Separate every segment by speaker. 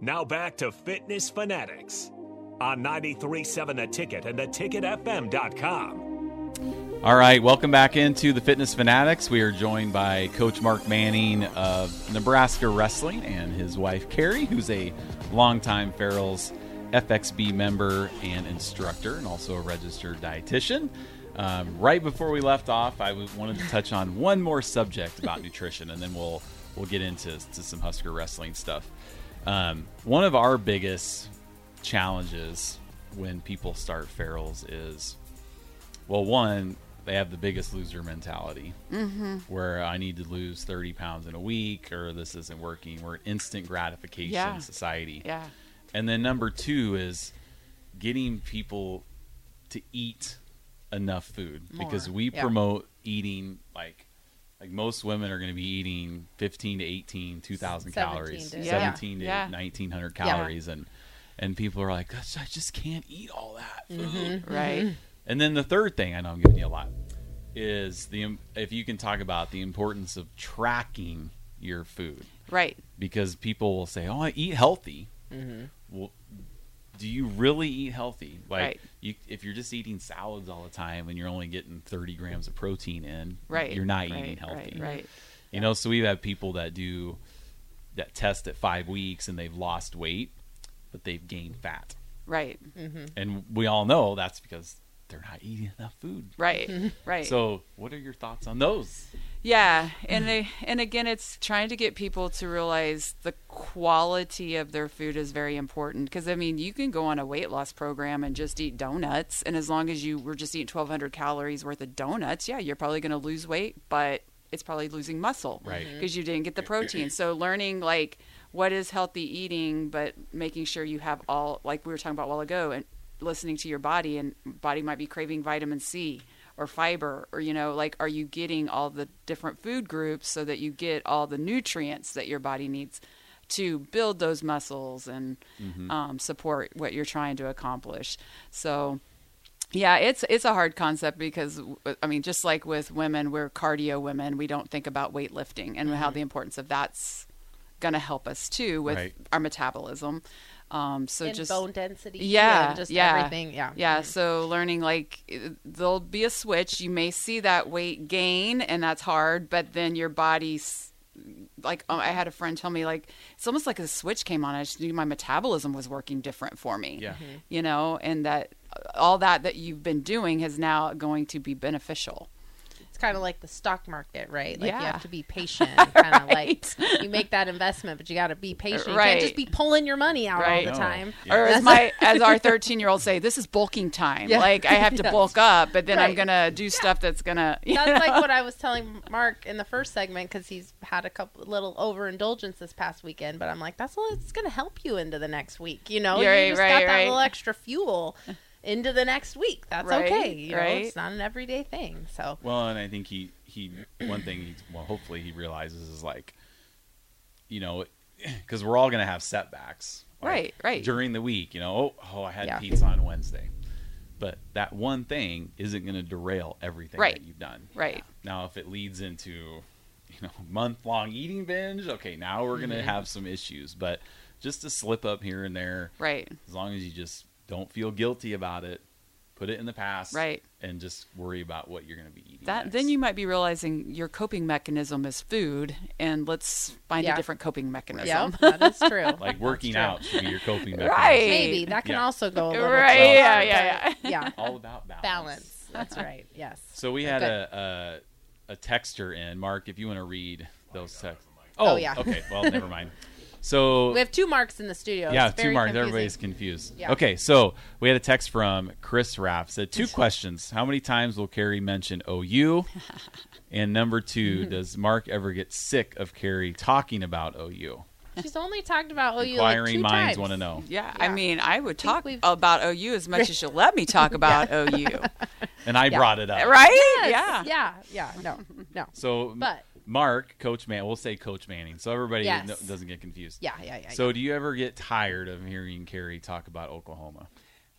Speaker 1: Now back to Fitness Fanatics on 937 The Ticket and theticketfm.com.
Speaker 2: All right, welcome back into the Fitness Fanatics. We are joined by Coach Mark Manning of Nebraska Wrestling and his wife Carrie, who's a longtime Farrell's FXB member and instructor, and also a registered dietitian. Um, right before we left off, I w- wanted to touch on one more subject about nutrition, and then we'll we'll get into to some Husker wrestling stuff. Um, one of our biggest challenges when people start Farrell's is well, one, they have the biggest loser mentality where I need to lose 30 pounds in a week or this isn't working. We're an instant gratification
Speaker 3: Yeah.
Speaker 2: society.
Speaker 3: Yeah.
Speaker 2: And then number two is getting people to eat enough food because
Speaker 3: More,
Speaker 2: we
Speaker 3: yeah.
Speaker 2: promote eating like like most women are going to be eating 15 to 18 2000 calories
Speaker 4: to- Yeah.
Speaker 2: 17 to
Speaker 3: Yeah.
Speaker 2: 1900
Speaker 3: Yeah.
Speaker 2: calories and and people are like "Gosh, I just can't eat all that food
Speaker 3: Mm-hmm. Right.
Speaker 2: and then the third thing I know I'm giving you a lot is the im- if you can talk about the importance of tracking your food
Speaker 3: Right.
Speaker 2: because people will say, "Oh, I eat healthy."
Speaker 3: Mm-hmm.
Speaker 2: Well, do you really eat healthy? Like,
Speaker 3: Right.
Speaker 2: you, if you're just eating salads all the time and you're only getting 30 grams of protein in,
Speaker 3: Right.
Speaker 2: you're not
Speaker 3: right,
Speaker 2: eating healthy.
Speaker 3: Right. right.
Speaker 2: You know, so we've had people that do that test at five weeks and they've lost weight, but they've gained fat,
Speaker 3: Right,
Speaker 2: and we all know that's because they're not eating enough food.
Speaker 3: right, right.
Speaker 2: So, what are your thoughts on those?
Speaker 3: yeah, and they, and again, it's trying to get people to realize the quality of their food is very important. Because I mean, you can go on a weight loss program and just eat donuts, and as long as you were just eating 1,200 calories worth of donuts, yeah, you're probably going to lose weight, but it's probably losing muscle,
Speaker 2: Right. Mhm.
Speaker 3: Because you didn't get the protein. so learning like what is healthy eating, but making sure you have all like we were talking about a while ago, and listening to your body and body might be craving vitamin C or fiber or you know like are you getting all the different food groups so that you get all the nutrients that your body needs to build those muscles and um, support what you're trying to accomplish so yeah, it's it's a hard concept because I mean, just like with women, we're cardio women. We don't think about weightlifting and how the importance of that's going to help us too with
Speaker 2: Right.
Speaker 3: our metabolism. Um, so
Speaker 4: and
Speaker 3: just
Speaker 4: bone density.
Speaker 3: yeah,
Speaker 4: and just
Speaker 3: yeah.
Speaker 4: everything. Yeah, Mm-hmm.
Speaker 3: yeah. So learning like i- there'll be a switch. You may see that weight gain, and that's hard, but then your body's like oh, I had a friend tell me like it's almost like a switch came on. I just knew my metabolism was working different for me.
Speaker 2: Yeah.
Speaker 4: Mm-hmm.
Speaker 2: Mhm.
Speaker 3: you know, and that all that that you've been doing is now going to be beneficial.
Speaker 4: It's kind of like the stock market, right? Like you
Speaker 3: Yeah.
Speaker 4: have to be patient. Kind of like you make that investment, but you got to be patient. You can't just
Speaker 3: Right.
Speaker 4: be pulling your money out
Speaker 3: Right.
Speaker 4: all
Speaker 3: No.
Speaker 4: the time.
Speaker 2: Yeah.
Speaker 3: Or as my as our thirteen year old say, this is bulking time.
Speaker 4: Yeah.
Speaker 3: Like I have to bulk up, but then I'm
Speaker 4: Right.
Speaker 3: gonna do stuff that's gonna.
Speaker 4: That's like what I was telling Mark in the first segment because he's had a couple little overindulgence this past weekend. But I'm like, that's all. It's going to help you into the next week. You know,
Speaker 3: Yeah, right,
Speaker 4: you just
Speaker 3: right,
Speaker 4: got that
Speaker 3: right.
Speaker 4: little extra fuel into the next week. That's
Speaker 3: Right,
Speaker 4: okay. You know,
Speaker 3: right.
Speaker 4: it's not an everyday thing. So
Speaker 2: Well, and I think he he one thing he well hopefully he realizes is like, you know, because we're all gonna have setbacks, like,
Speaker 3: Right, right.
Speaker 2: during the week. You know, oh, oh I had
Speaker 4: Yeah.
Speaker 2: pizza on Wednesday, but that one thing isn't gonna derail everything
Speaker 3: Right.
Speaker 2: that you've done.
Speaker 3: Right.
Speaker 2: Now, if it leads into you know month long eating binge, okay, now we're
Speaker 3: Mm-hmm.
Speaker 2: gonna have some issues. But just a slip up here and there,
Speaker 3: Right.
Speaker 2: as long as you just don't feel guilty about it, put it in the past,
Speaker 3: Right.
Speaker 2: and just worry about what you're going to be eating.
Speaker 3: That
Speaker 2: next.
Speaker 3: then you might be realizing your coping mechanism is food, and let's find
Speaker 4: Yeah.
Speaker 3: a different coping
Speaker 4: yeah,
Speaker 3: mechanism.
Speaker 4: that is true.
Speaker 2: like working out should be your coping mechanism.
Speaker 3: Right.
Speaker 4: Maybe that can
Speaker 2: Yeah.
Speaker 4: also go a little
Speaker 3: Right,
Speaker 4: too
Speaker 3: yeah,
Speaker 4: far,
Speaker 3: yeah,
Speaker 4: but yeah.
Speaker 2: All about balance.
Speaker 4: Balance. That's right. Yes.
Speaker 2: So we had
Speaker 4: Good.
Speaker 2: a, a a texter in Mark. If you want to read those texts.
Speaker 4: Oh, yeah.
Speaker 2: Okay. Well, never mind. So
Speaker 4: We have two marks in the studio.
Speaker 2: yeah,
Speaker 4: It's
Speaker 2: two
Speaker 4: very
Speaker 2: marks.
Speaker 4: confusing.
Speaker 2: Everybody's confused.
Speaker 4: Yeah.
Speaker 2: Okay, so we had a text from Chris Raff. Said two questions. How many times will Carrie mention OU? And number 2
Speaker 4: Mm-hmm.
Speaker 2: does Mark ever get sick of Carrie talking about OU?
Speaker 4: She's only talked about OU like
Speaker 2: Inquiring
Speaker 4: two
Speaker 2: minds
Speaker 4: times.
Speaker 2: want to know.
Speaker 3: Yeah, I
Speaker 4: Yeah.
Speaker 3: mean, I would
Speaker 4: think
Speaker 3: talk
Speaker 4: we've-
Speaker 3: about OU as much as you'll let me talk about OU,
Speaker 2: And I brought it up.
Speaker 3: right?
Speaker 4: Yes,
Speaker 3: Yeah.
Speaker 4: Yeah. Yeah. No. No.
Speaker 2: So
Speaker 4: But-
Speaker 2: Mark, Coach Man, we'll say Coach Manning, so everybody
Speaker 4: Yes.
Speaker 2: kno- doesn't get confused.
Speaker 4: Yeah. Yeah. Yeah.
Speaker 2: So do you ever get tired of hearing Carrie talk about Oklahoma?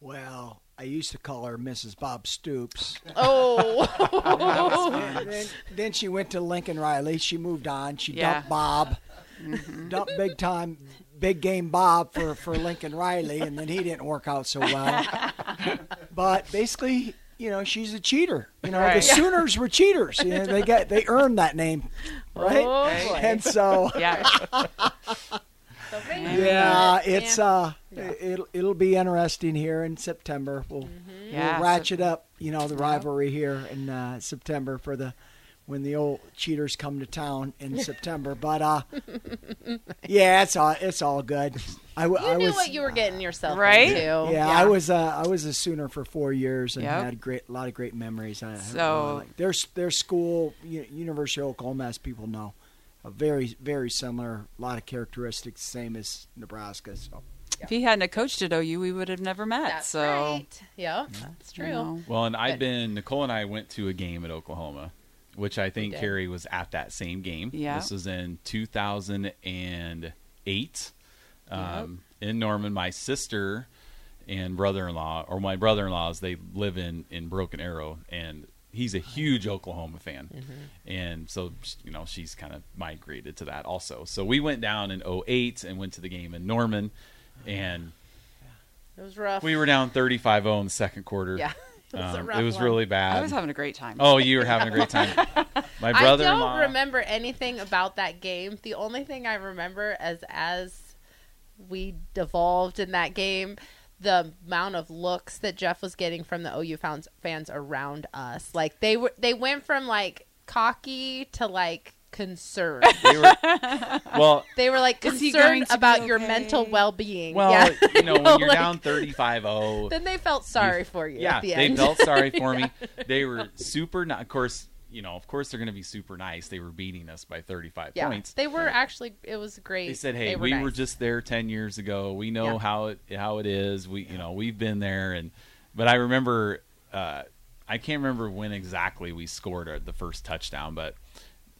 Speaker 5: Well, I used to call her Mrs. Bob Stoops.
Speaker 4: yeah. oh.
Speaker 5: And then, then she went to Lincoln Riley. She moved on. She
Speaker 3: Yeah.
Speaker 5: dumped Bob. Dumped big time. big game Bob for, for Lincoln Riley, and then he didn't work out so well. but basically, you know, she's a cheater. You know, the
Speaker 3: Right.
Speaker 5: Sooners were cheaters. You know, they get they earned that name, right?
Speaker 4: Oh, boy.
Speaker 5: and so
Speaker 3: Yeah.
Speaker 4: So they-
Speaker 5: yeah, it's
Speaker 4: Yeah.
Speaker 5: uh, it'll it'll be interesting here in September. We'll,
Speaker 3: Yeah,
Speaker 5: we'll ratchet up, you know, the rivalry here in uh, September for the when the old cheaters come to town in September. But uh, yeah, it's all it's all good. I, w-
Speaker 4: you
Speaker 5: I
Speaker 4: knew
Speaker 5: was
Speaker 4: what you were getting yourself
Speaker 3: Right?
Speaker 4: into.
Speaker 5: yeah, I was uh, I was a Sooner for four years and
Speaker 3: Yep.
Speaker 5: had great a lot of great memories. I, I
Speaker 3: So-
Speaker 5: really like- their their school, U- University of Oklahoma, as people know, a very very similar, a lot of characteristics, same as Nebraska. So
Speaker 3: If he hadn't have coached at OU, we would have never met.
Speaker 4: That's
Speaker 3: so
Speaker 4: right. Yeah, that's
Speaker 3: you
Speaker 4: true.
Speaker 3: know.
Speaker 2: Well, and I've been Nicole and I went to a game at Oklahoma, which I think
Speaker 4: did.
Speaker 2: Carrie was at that same game.
Speaker 3: Yeah.
Speaker 2: this was in 2008 um, in Norman. My sister and brother-in-law, or my brother-in-laws, they live in in Broken Arrow, and he's a huge Oklahoma fan,
Speaker 4: Mm-hmm.
Speaker 2: and so you know she's kind of migrated to that also. So we went down in 08 and went to the game in Norman, and
Speaker 4: It was rough.
Speaker 2: we were down 35-0 in the second quarter.
Speaker 4: Yeah, it was, a
Speaker 2: Um,
Speaker 4: rough
Speaker 2: it was
Speaker 4: one.
Speaker 2: really bad.
Speaker 3: I was having a great time.
Speaker 2: Oh, you were having a great time. My brother in
Speaker 4: I
Speaker 2: law.
Speaker 4: don't remember anything about that game. The only thing I remember is as we devolved in that game, the amount of looks that Jeff was getting from the OU fans, fans around us. Like they were, they went from like cocky to like concerned.
Speaker 2: They were, well,
Speaker 4: They were like
Speaker 3: Is he going
Speaker 4: concerned
Speaker 3: to be
Speaker 4: about your
Speaker 3: okay?
Speaker 4: mental well being.
Speaker 2: well,
Speaker 4: yeah.
Speaker 2: you know, when you're
Speaker 4: like-
Speaker 2: down 35 0,
Speaker 4: then they felt sorry for you.
Speaker 2: yeah,
Speaker 4: at the
Speaker 2: they
Speaker 4: end.
Speaker 2: felt sorry for me. They were super, ni- of course, you know, of course they're going to be super nice. They were beating us by 35
Speaker 4: yeah,
Speaker 2: points.
Speaker 4: they were actually. It was great.
Speaker 2: They said, "Hey,
Speaker 4: They
Speaker 2: we were
Speaker 4: nice.
Speaker 2: just there 10 years ago. We know
Speaker 4: Yeah.
Speaker 2: how it how it is. We, you know, we've been there." And but I remember, uh, I can't remember when exactly we scored our, the first touchdown, but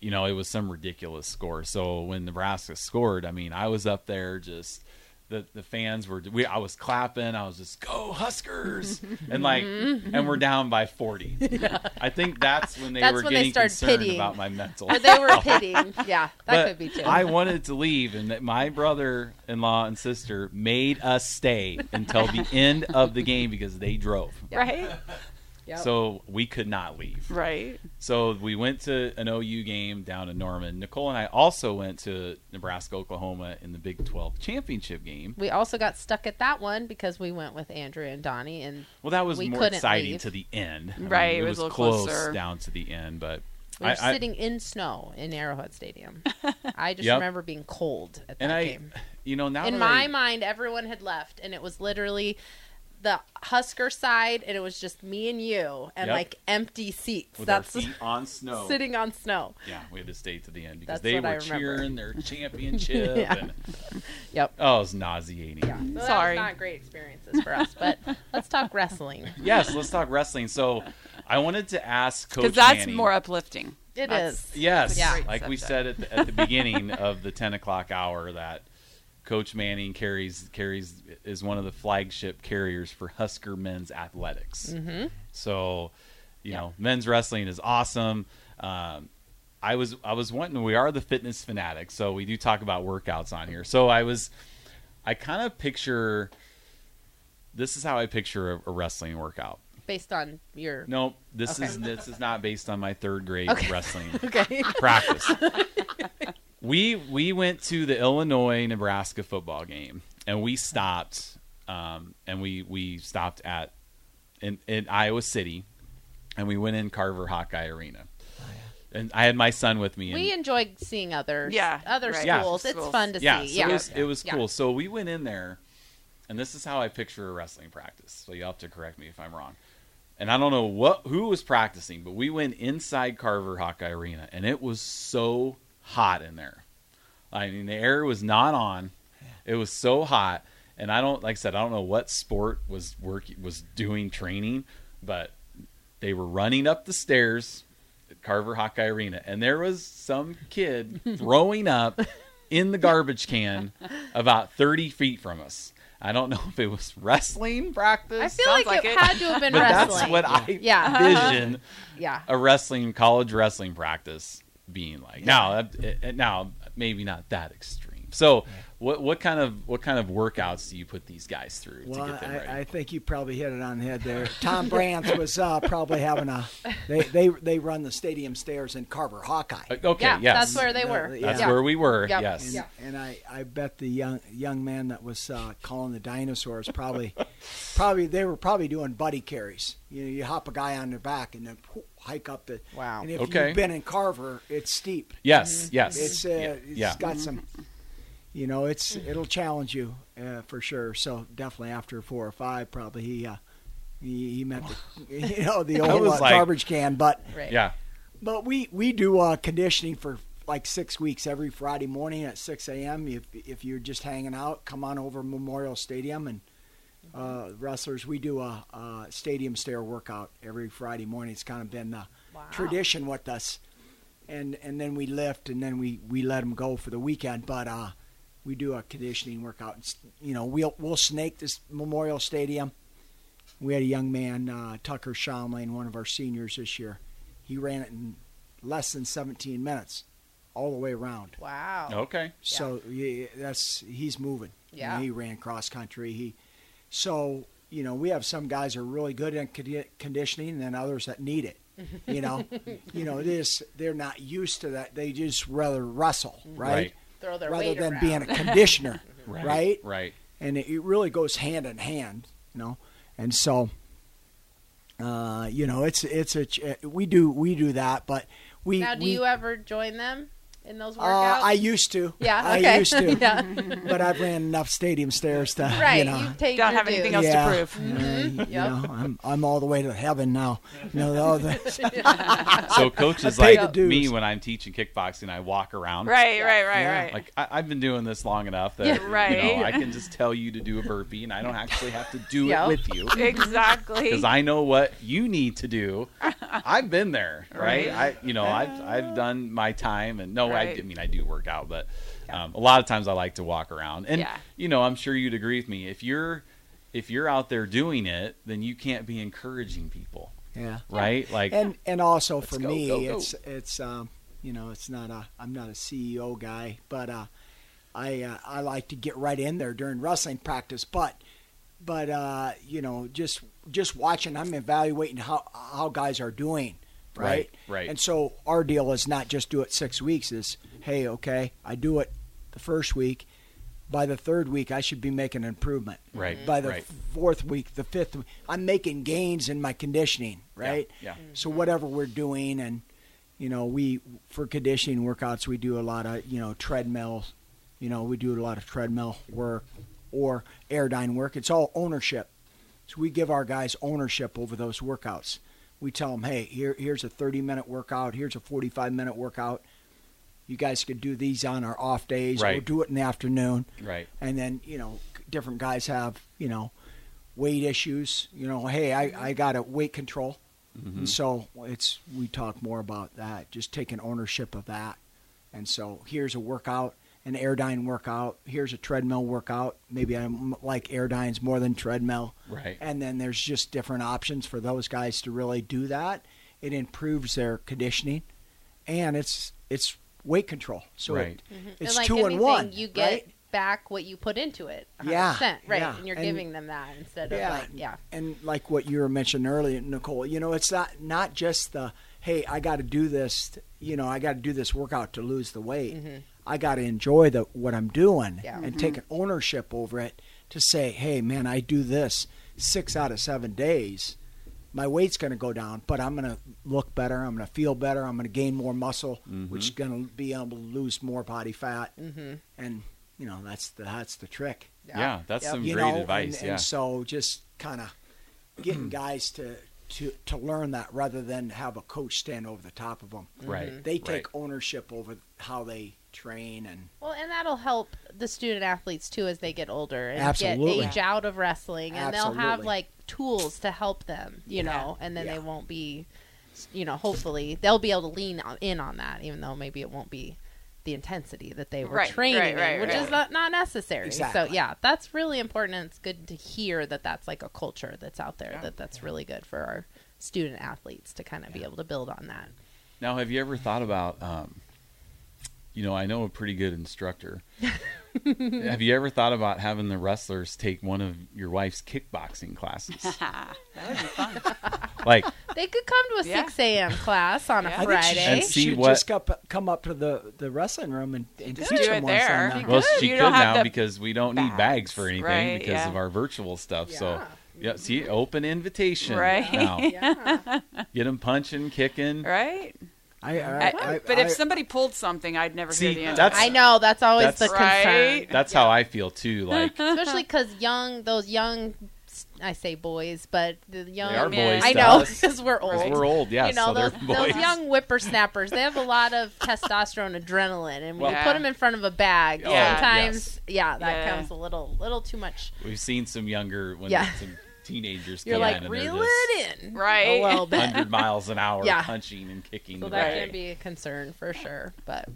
Speaker 2: you know, it was some ridiculous score. So when Nebraska scored, I mean, I was up there just. The, the fans were we I was clapping I was just go Huskers and like and we're down by 40. I think that's when they
Speaker 4: That's
Speaker 2: were
Speaker 4: when they
Speaker 2: getting
Speaker 4: started
Speaker 2: concerned
Speaker 4: pitying.
Speaker 2: about my mental.
Speaker 4: Or they were pitying. Yeah,
Speaker 2: Oh.
Speaker 4: that
Speaker 2: But
Speaker 4: could be too.
Speaker 2: I wanted to leave, and that my brother-in-law and sister made us stay until the end of the game because they drove,
Speaker 3: Right?
Speaker 4: Yep.
Speaker 2: so we could not leave.
Speaker 3: Right.
Speaker 2: So we went to an OU game down in Norman. Nicole and I also went to Nebraska, Oklahoma in the Big 12 championship game.
Speaker 4: we also got stuck at that one because we went with Andrew and Donnie, and
Speaker 2: Well, that was
Speaker 4: We
Speaker 2: more
Speaker 4: couldn't
Speaker 2: exciting
Speaker 4: leave.
Speaker 2: to the end, I mean,
Speaker 3: Right,
Speaker 2: it,
Speaker 3: it was
Speaker 2: was,
Speaker 3: a little
Speaker 2: close
Speaker 3: closer.
Speaker 2: down to the end, but
Speaker 4: we were
Speaker 2: I, I,
Speaker 4: sitting in snow in Arrowhead Stadium. I just
Speaker 2: Yep.
Speaker 4: remember being cold at that
Speaker 2: and I,
Speaker 4: game.
Speaker 2: you know, now
Speaker 4: In
Speaker 2: that
Speaker 4: my
Speaker 2: I,
Speaker 4: mind, everyone had left, and it was literally the Husker side, and it was just me and you, and
Speaker 2: Yep.
Speaker 4: like empty seats.
Speaker 2: with
Speaker 4: That's
Speaker 2: our feet on snow,
Speaker 4: sitting on snow.
Speaker 2: Yeah, we had to stay to the end because
Speaker 4: That's
Speaker 2: they
Speaker 4: what I
Speaker 2: were
Speaker 4: remember.
Speaker 2: cheering their championship.
Speaker 4: Yeah.
Speaker 2: and,
Speaker 4: Yep.
Speaker 2: oh, it was nauseating.
Speaker 4: Yeah. So
Speaker 3: Sorry.
Speaker 4: That was not great experiences for us, but let's talk wrestling.
Speaker 2: Yes, let's talk wrestling. So, I wanted to ask Coach
Speaker 3: Because that's
Speaker 2: Manning-
Speaker 3: more uplifting.
Speaker 4: It
Speaker 3: That's-
Speaker 4: is.
Speaker 2: Yes,
Speaker 4: Yeah.
Speaker 2: like we said at the, at the beginning of the ten o'clock hour that Coach Manning carries carries is one of the flagship carriers for Husker men's athletics. Mm-hmm. So, you know, men's wrestling is awesome. Um, I was I was wanting we are the fitness fanatics, so we do talk about workouts on here. So I was I kind of picture this is how I picture a, a wrestling workout.
Speaker 4: Based on your
Speaker 2: No, this
Speaker 4: Okay.
Speaker 2: is this is not based on my third grade
Speaker 4: Okay.
Speaker 2: wrestling
Speaker 4: okay.
Speaker 2: practice. we we went to the Illinois Nebraska football game, and we stopped, um, and we we stopped at in, in Iowa City, and we went in Carver Hawkeye Arena, and I had my son with me. And,
Speaker 4: we enjoy seeing other
Speaker 3: Yeah,
Speaker 4: other
Speaker 3: right.
Speaker 2: Yeah.
Speaker 4: schools. It's
Speaker 3: Schools.
Speaker 4: fun to
Speaker 2: yeah,
Speaker 4: see.
Speaker 2: so
Speaker 4: yeah,
Speaker 2: it was it was
Speaker 4: Yeah.
Speaker 2: cool. So we went in there, and this is how I picture a wrestling practice. So you will have to correct me if I'm wrong. And I don't know what who was practicing, but we went inside Carver Hawkeye Arena, and it was so hot in there. I mean, the air was not on. It was so hot, and I don't like I said I don't know what sport was work was doing training, but they were running up the stairs at Carver Hawkeye Arena, and there was some kid throwing up in the garbage can about thirty feet from us. I don't know if it was wrestling practice,
Speaker 4: I feel
Speaker 3: Sounds like
Speaker 4: like, it,
Speaker 3: it.
Speaker 4: had to have been
Speaker 2: but
Speaker 4: wrestling.
Speaker 2: that's what I
Speaker 4: Yeah.
Speaker 2: vision
Speaker 4: yeah.
Speaker 2: a wrestling college wrestling practice being like. Now, that- it- it- now maybe not that extreme, So, what what kind of what kind of workouts do you put these guys through
Speaker 5: Well,
Speaker 2: to get them ready?
Speaker 5: I, I think you probably hit it on the head there. Tom Brantz was uh, probably having a. They, they they run the stadium stairs in Carver Hawkeye.
Speaker 2: Uh, okay,
Speaker 4: yeah,
Speaker 2: yes,
Speaker 4: that's where they were.
Speaker 5: That's
Speaker 2: That's
Speaker 5: yeah.
Speaker 2: where we were.
Speaker 4: Yep.
Speaker 2: Yes,
Speaker 5: And, and I, I bet the young young man that was uh, calling the dinosaurs probably, probably they were probably doing buddy carries. You know, you hop a guy on their back and then whoo, hike up the.
Speaker 4: Wow.
Speaker 5: And if
Speaker 2: Okay.
Speaker 5: you've been in Carver, it's steep.
Speaker 4: Mm-hmm.
Speaker 2: yes, yes.
Speaker 5: It's uh,
Speaker 2: yeah.
Speaker 5: it's
Speaker 2: yeah.
Speaker 5: got some. You know, it's it'll challenge you uh, for sure. So definitely after four or five, probably he uh, he, he met the, you know the
Speaker 2: I
Speaker 5: old
Speaker 2: was
Speaker 5: uh,
Speaker 2: like-
Speaker 5: garbage can, but.
Speaker 4: Right.
Speaker 2: yeah.
Speaker 5: But we we do uh, conditioning for like six weeks every Friday morning at six a.m. If if you're just hanging out, come on over to Memorial Stadium and uh, wrestlers. We do a, a stadium stair workout every Friday morning. It's kind of been the
Speaker 4: Wow.
Speaker 5: tradition with us, and and then we lift and then we we let them go for the weekend. But uh, we do a conditioning workout. It's, you know, we'll we'll snake this Memorial Stadium. We had a young man, uh, Tucker Shomlin, one of our seniors this year. He ran it in less than 17 minutes, all the way around.
Speaker 4: Wow.
Speaker 2: Okay.
Speaker 5: So yeah, that's he's moving. You know,
Speaker 4: Yeah.
Speaker 5: he ran cross country. He so you know we have some guys who are really good at condi- conditioning, and then others that need it. You know, you know this they're not used to that. They just rather wrestle, right?
Speaker 2: Right.
Speaker 4: Throw Mm-hmm. their
Speaker 5: rather
Speaker 4: weight
Speaker 5: than
Speaker 4: around.
Speaker 5: being a conditioner,
Speaker 2: Right.
Speaker 5: right?
Speaker 2: Right.
Speaker 5: and it, it really goes hand in hand, you know. And so, uh, you know, it's it's a ch- uh, we do we do that, but we
Speaker 4: now, do
Speaker 5: we,
Speaker 4: you ever join them in those
Speaker 5: uh,
Speaker 4: workouts?
Speaker 5: I used to,
Speaker 4: yeah.
Speaker 5: I
Speaker 4: Okay.
Speaker 5: used to,
Speaker 4: yeah.
Speaker 5: but I've ran enough stadium stairs to,
Speaker 4: Right.
Speaker 5: you
Speaker 4: You
Speaker 5: know.
Speaker 4: take
Speaker 3: Don't
Speaker 4: your
Speaker 3: have anything else
Speaker 4: dues.
Speaker 3: to
Speaker 5: yeah,
Speaker 3: prove.
Speaker 5: uh, you
Speaker 4: Mm-hmm. Yep.
Speaker 5: know, I'm I'm all the way to heaven now. You know, the other-
Speaker 2: So coach is
Speaker 5: paid
Speaker 2: like
Speaker 5: the dues.
Speaker 2: me when I'm teaching kickboxing. I walk around.
Speaker 3: Right, right, right,
Speaker 5: Yeah.
Speaker 3: right.
Speaker 2: Like I, I've been doing this long enough that
Speaker 4: Yeah,
Speaker 2: you know
Speaker 3: right.
Speaker 2: I can just tell you to do a burpee, and I don't actually have to do
Speaker 4: Yeah.
Speaker 2: it with you
Speaker 3: exactly.
Speaker 2: because I know what you need to do. I've been there, right? I, you know, I've I've done my time, and no, I, I
Speaker 3: Right.
Speaker 2: mean I do work out, but um, a lot of times I like to walk around, and
Speaker 3: Yeah.
Speaker 2: you know, I'm sure you'd agree with me. If you're if you're out there doing it, then you can't be encouraging people,
Speaker 5: yeah.
Speaker 2: right? Like,
Speaker 5: and and also for
Speaker 2: go,
Speaker 5: me
Speaker 2: go, go.
Speaker 5: it's it's um you know it's not a i'm not a ceo guy but uh i uh, i like to get right in there during wrestling practice but but uh you know just just watching i'm evaluating how how guys are doing right
Speaker 2: Right, right.
Speaker 5: and so our deal is not just do it six weeks is hey okay i do it the first week by the third week i should be making an improvement
Speaker 2: Right,
Speaker 5: by the
Speaker 2: right.
Speaker 5: fourth week the fifth week i'm making gains in my conditioning right
Speaker 2: yeah.
Speaker 5: so whatever we're doing, and you know, we for conditioning workouts, we do a lot of you know treadmill. You know, we do a lot of treadmill work or aerodyne work. It's all ownership. So we give our guys ownership over those workouts. We tell them, hey, here, here's a 30 minute workout. Here's a 45 minute workout. You guys could do these on our off days or
Speaker 2: Right.
Speaker 5: do it in the afternoon
Speaker 2: right,
Speaker 5: and then you know different guys have you know weight issues you know hey i, I got a weight control
Speaker 2: Mm-hmm.
Speaker 5: and so it's we talk more about that just taking ownership of that and so here's a workout an airdyne workout here's a treadmill workout maybe i m- like airdynes more than treadmill
Speaker 2: right,
Speaker 5: and then there's just different options for those guys to really do that it improves their conditioning and it's it's weight control so it-
Speaker 2: Right.
Speaker 5: it's
Speaker 4: Mm-hmm. and like
Speaker 5: two
Speaker 4: anything,
Speaker 5: and one
Speaker 4: You get
Speaker 5: right?
Speaker 4: back what you put into it. 100%,
Speaker 5: Yeah,
Speaker 4: Right.
Speaker 5: yeah.
Speaker 4: And you're
Speaker 5: And-
Speaker 4: giving them that instead of like, yeah.
Speaker 5: And like what you were mentioning earlier, Nicole, you know, it's not not just the hey, I got to do this. t- You know, I got to do this workout to lose the weight. I got to enjoy the what I'm doing
Speaker 4: Mm-hmm. Yeah.
Speaker 5: and take an ownership over it. To say, hey, man, I do this six out of seven days. My weight's going to go down, but I'm going to look better. I'm going to feel better. I'm going to gain more muscle, which is going to be able to lose more body fat. Mm-hmm. And you know, that's the, that's the trick
Speaker 2: yeah. that's
Speaker 4: Yep.
Speaker 2: some
Speaker 5: you
Speaker 2: great
Speaker 5: know,
Speaker 2: advice.
Speaker 5: And,
Speaker 2: yeah,
Speaker 5: and so just kind of getting guys to, to to learn that rather than have a coach stand over the top of them.
Speaker 2: right.
Speaker 5: They
Speaker 2: right.
Speaker 5: take ownership over how they train and
Speaker 4: Well, and that'll help the student athletes too as they get older and
Speaker 5: Absolutely.
Speaker 4: get age out of wrestling, and they'll have
Speaker 5: Absolutely.
Speaker 4: like tools to help them, you know, and then
Speaker 5: Yeah.
Speaker 4: they won't be, you know, hopefully they'll be able to lean on, in on that, even though maybe it won't be the intensity that they were
Speaker 3: Right, right,
Speaker 4: training,
Speaker 3: right,
Speaker 4: in, which
Speaker 3: right.
Speaker 4: is not, not necessary. So
Speaker 5: Exactly.
Speaker 4: yeah, that's really important, and it's good to hear that that's like a culture that's out there
Speaker 3: Yeah.
Speaker 4: that that's really good for our student athletes to kind of be able to build on that.
Speaker 2: Now, have you ever thought about, um, you know, I know a pretty good instructor. Have you ever thought about having the wrestlers take one of your wife's kickboxing classes?
Speaker 3: that would be fun.
Speaker 2: like,
Speaker 4: They could come to a
Speaker 3: Yeah.
Speaker 4: 6 a.m. class on a
Speaker 3: Yeah.
Speaker 5: I think she
Speaker 4: Friday.
Speaker 2: eh? And
Speaker 5: should,
Speaker 2: see
Speaker 5: she should
Speaker 2: what-
Speaker 5: just come, come up to the, the wrestling room and, and
Speaker 3: Just
Speaker 5: teach
Speaker 3: do
Speaker 5: them
Speaker 3: it
Speaker 5: once
Speaker 3: there.
Speaker 5: on that.
Speaker 2: well, she
Speaker 3: You
Speaker 2: could
Speaker 3: don't have
Speaker 2: now
Speaker 3: to-
Speaker 2: because we don't need bags
Speaker 3: bags,
Speaker 2: for anything
Speaker 3: right,
Speaker 2: because
Speaker 3: yeah.
Speaker 2: of our virtual stuff. So,
Speaker 4: Yeah.
Speaker 2: yeah, see, open invitation.
Speaker 3: Right.
Speaker 2: Now.
Speaker 4: yeah.
Speaker 2: Get them punching, kicking.
Speaker 3: right?
Speaker 5: I, I,
Speaker 3: I-
Speaker 5: I,
Speaker 3: but
Speaker 5: I,
Speaker 3: if somebody pulled something, I'd never
Speaker 2: See,
Speaker 3: hear the end.
Speaker 2: that's-
Speaker 4: I know that's always the
Speaker 2: That's-
Speaker 4: concern.
Speaker 3: Right?
Speaker 2: That's how I feel too. Like,
Speaker 4: especially because young those young i say boys but the young
Speaker 2: are
Speaker 3: boys
Speaker 4: i
Speaker 3: to
Speaker 4: know
Speaker 2: us.
Speaker 4: because we're old
Speaker 2: 'cause we're old, yeah.
Speaker 4: you know
Speaker 2: so
Speaker 4: those,
Speaker 2: they're
Speaker 4: those
Speaker 2: boys.
Speaker 4: young whippersnappers they have a lot of testosterone adrenaline and when
Speaker 3: Well-
Speaker 4: you put them in front of a bag
Speaker 2: Oh,
Speaker 3: Yeah.
Speaker 4: sometimes yeah that
Speaker 3: Yeah.
Speaker 4: comes a little little too much
Speaker 2: We've seen some younger when
Speaker 4: Yeah.
Speaker 2: some teenagers
Speaker 4: you're
Speaker 2: come
Speaker 4: like
Speaker 2: in and
Speaker 4: reel
Speaker 2: they're just
Speaker 4: it in
Speaker 3: Right.
Speaker 4: a little bit
Speaker 2: 100 miles an hour
Speaker 4: Yeah.
Speaker 2: punching and kicking.
Speaker 4: so
Speaker 2: the
Speaker 4: that
Speaker 2: bag.
Speaker 4: can be a concern for sure but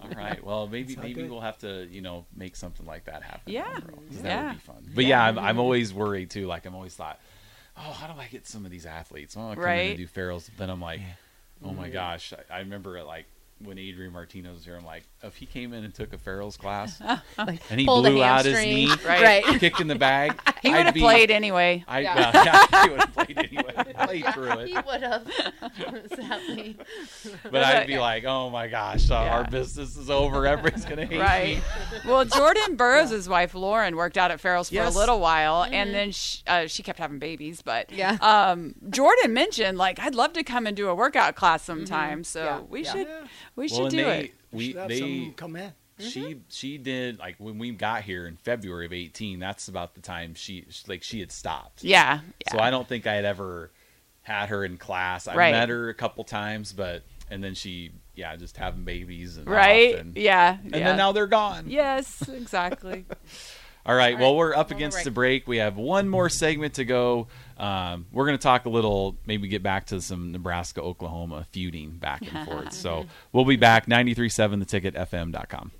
Speaker 2: All right. Well, maybe
Speaker 5: Sound
Speaker 2: maybe
Speaker 5: good.
Speaker 2: we'll have to you know make something like that happen.
Speaker 3: Yeah.
Speaker 2: because that
Speaker 3: Yeah.
Speaker 2: would be fun. But yeah, I'm, I'm always worried too. Like I'm always thought, oh, how do I get some of these athletes? Oh, I want to come in
Speaker 3: Right. Mm.
Speaker 2: and do ferals. Then I'm like, oh my gosh, I, I remember it like. When Adrian Martinez was here, I'm like, if he came in and took a ferals class
Speaker 4: like
Speaker 2: and he
Speaker 4: pull the
Speaker 2: blew out his knee,
Speaker 4: hamstring.
Speaker 3: Right.
Speaker 4: right
Speaker 2: kicked in the bag,
Speaker 3: he
Speaker 2: I'd
Speaker 3: would have
Speaker 2: be-
Speaker 3: played anyway.
Speaker 2: I
Speaker 4: Yeah.
Speaker 2: well, yeah, he would have played anyway. Played through
Speaker 4: he
Speaker 2: it,
Speaker 4: would have sadly
Speaker 2: but
Speaker 3: That's
Speaker 2: I'd
Speaker 3: what-
Speaker 2: be like, "Oh my gosh, uh, our business is over. Everybody's gonna hate me."
Speaker 3: Right. Well, Jordan Burroughs' wife Lauren worked out at Farrell's for
Speaker 2: Yes.
Speaker 3: a little while, and then she, uh, she kept having babies. But
Speaker 4: Mm-hmm. Yeah.
Speaker 3: um, Jordan mentioned like I'd love to come and do a workout class sometime. So
Speaker 4: Mm-hmm. Yeah,
Speaker 3: we
Speaker 4: yeah.
Speaker 3: should we should
Speaker 2: and
Speaker 3: do
Speaker 2: they,
Speaker 3: it.
Speaker 2: We
Speaker 5: Should have
Speaker 2: they
Speaker 5: some Mhm. come in.
Speaker 2: she she did like when we got here in February of eighteen. That's about the time she she- like she had stopped.
Speaker 3: Yeah. yeah.
Speaker 2: So I don't think I had ever had her in class. I
Speaker 3: Right.
Speaker 2: met her a couple times, but and then she yeah just having babies and off
Speaker 3: right.
Speaker 2: and,
Speaker 3: yeah.
Speaker 2: and
Speaker 3: yeah.
Speaker 2: then now they're gone.
Speaker 3: yes. Exactly.
Speaker 2: All right.
Speaker 4: All
Speaker 2: well,
Speaker 4: right.
Speaker 2: we're up
Speaker 4: Well,
Speaker 2: against
Speaker 4: we're
Speaker 2: the break. We have one more segment to go. Um, we're going to talk a little, maybe get back to some Nebraska Oklahoma feuding back and forth. so we'll be back 937 theticketfm.com.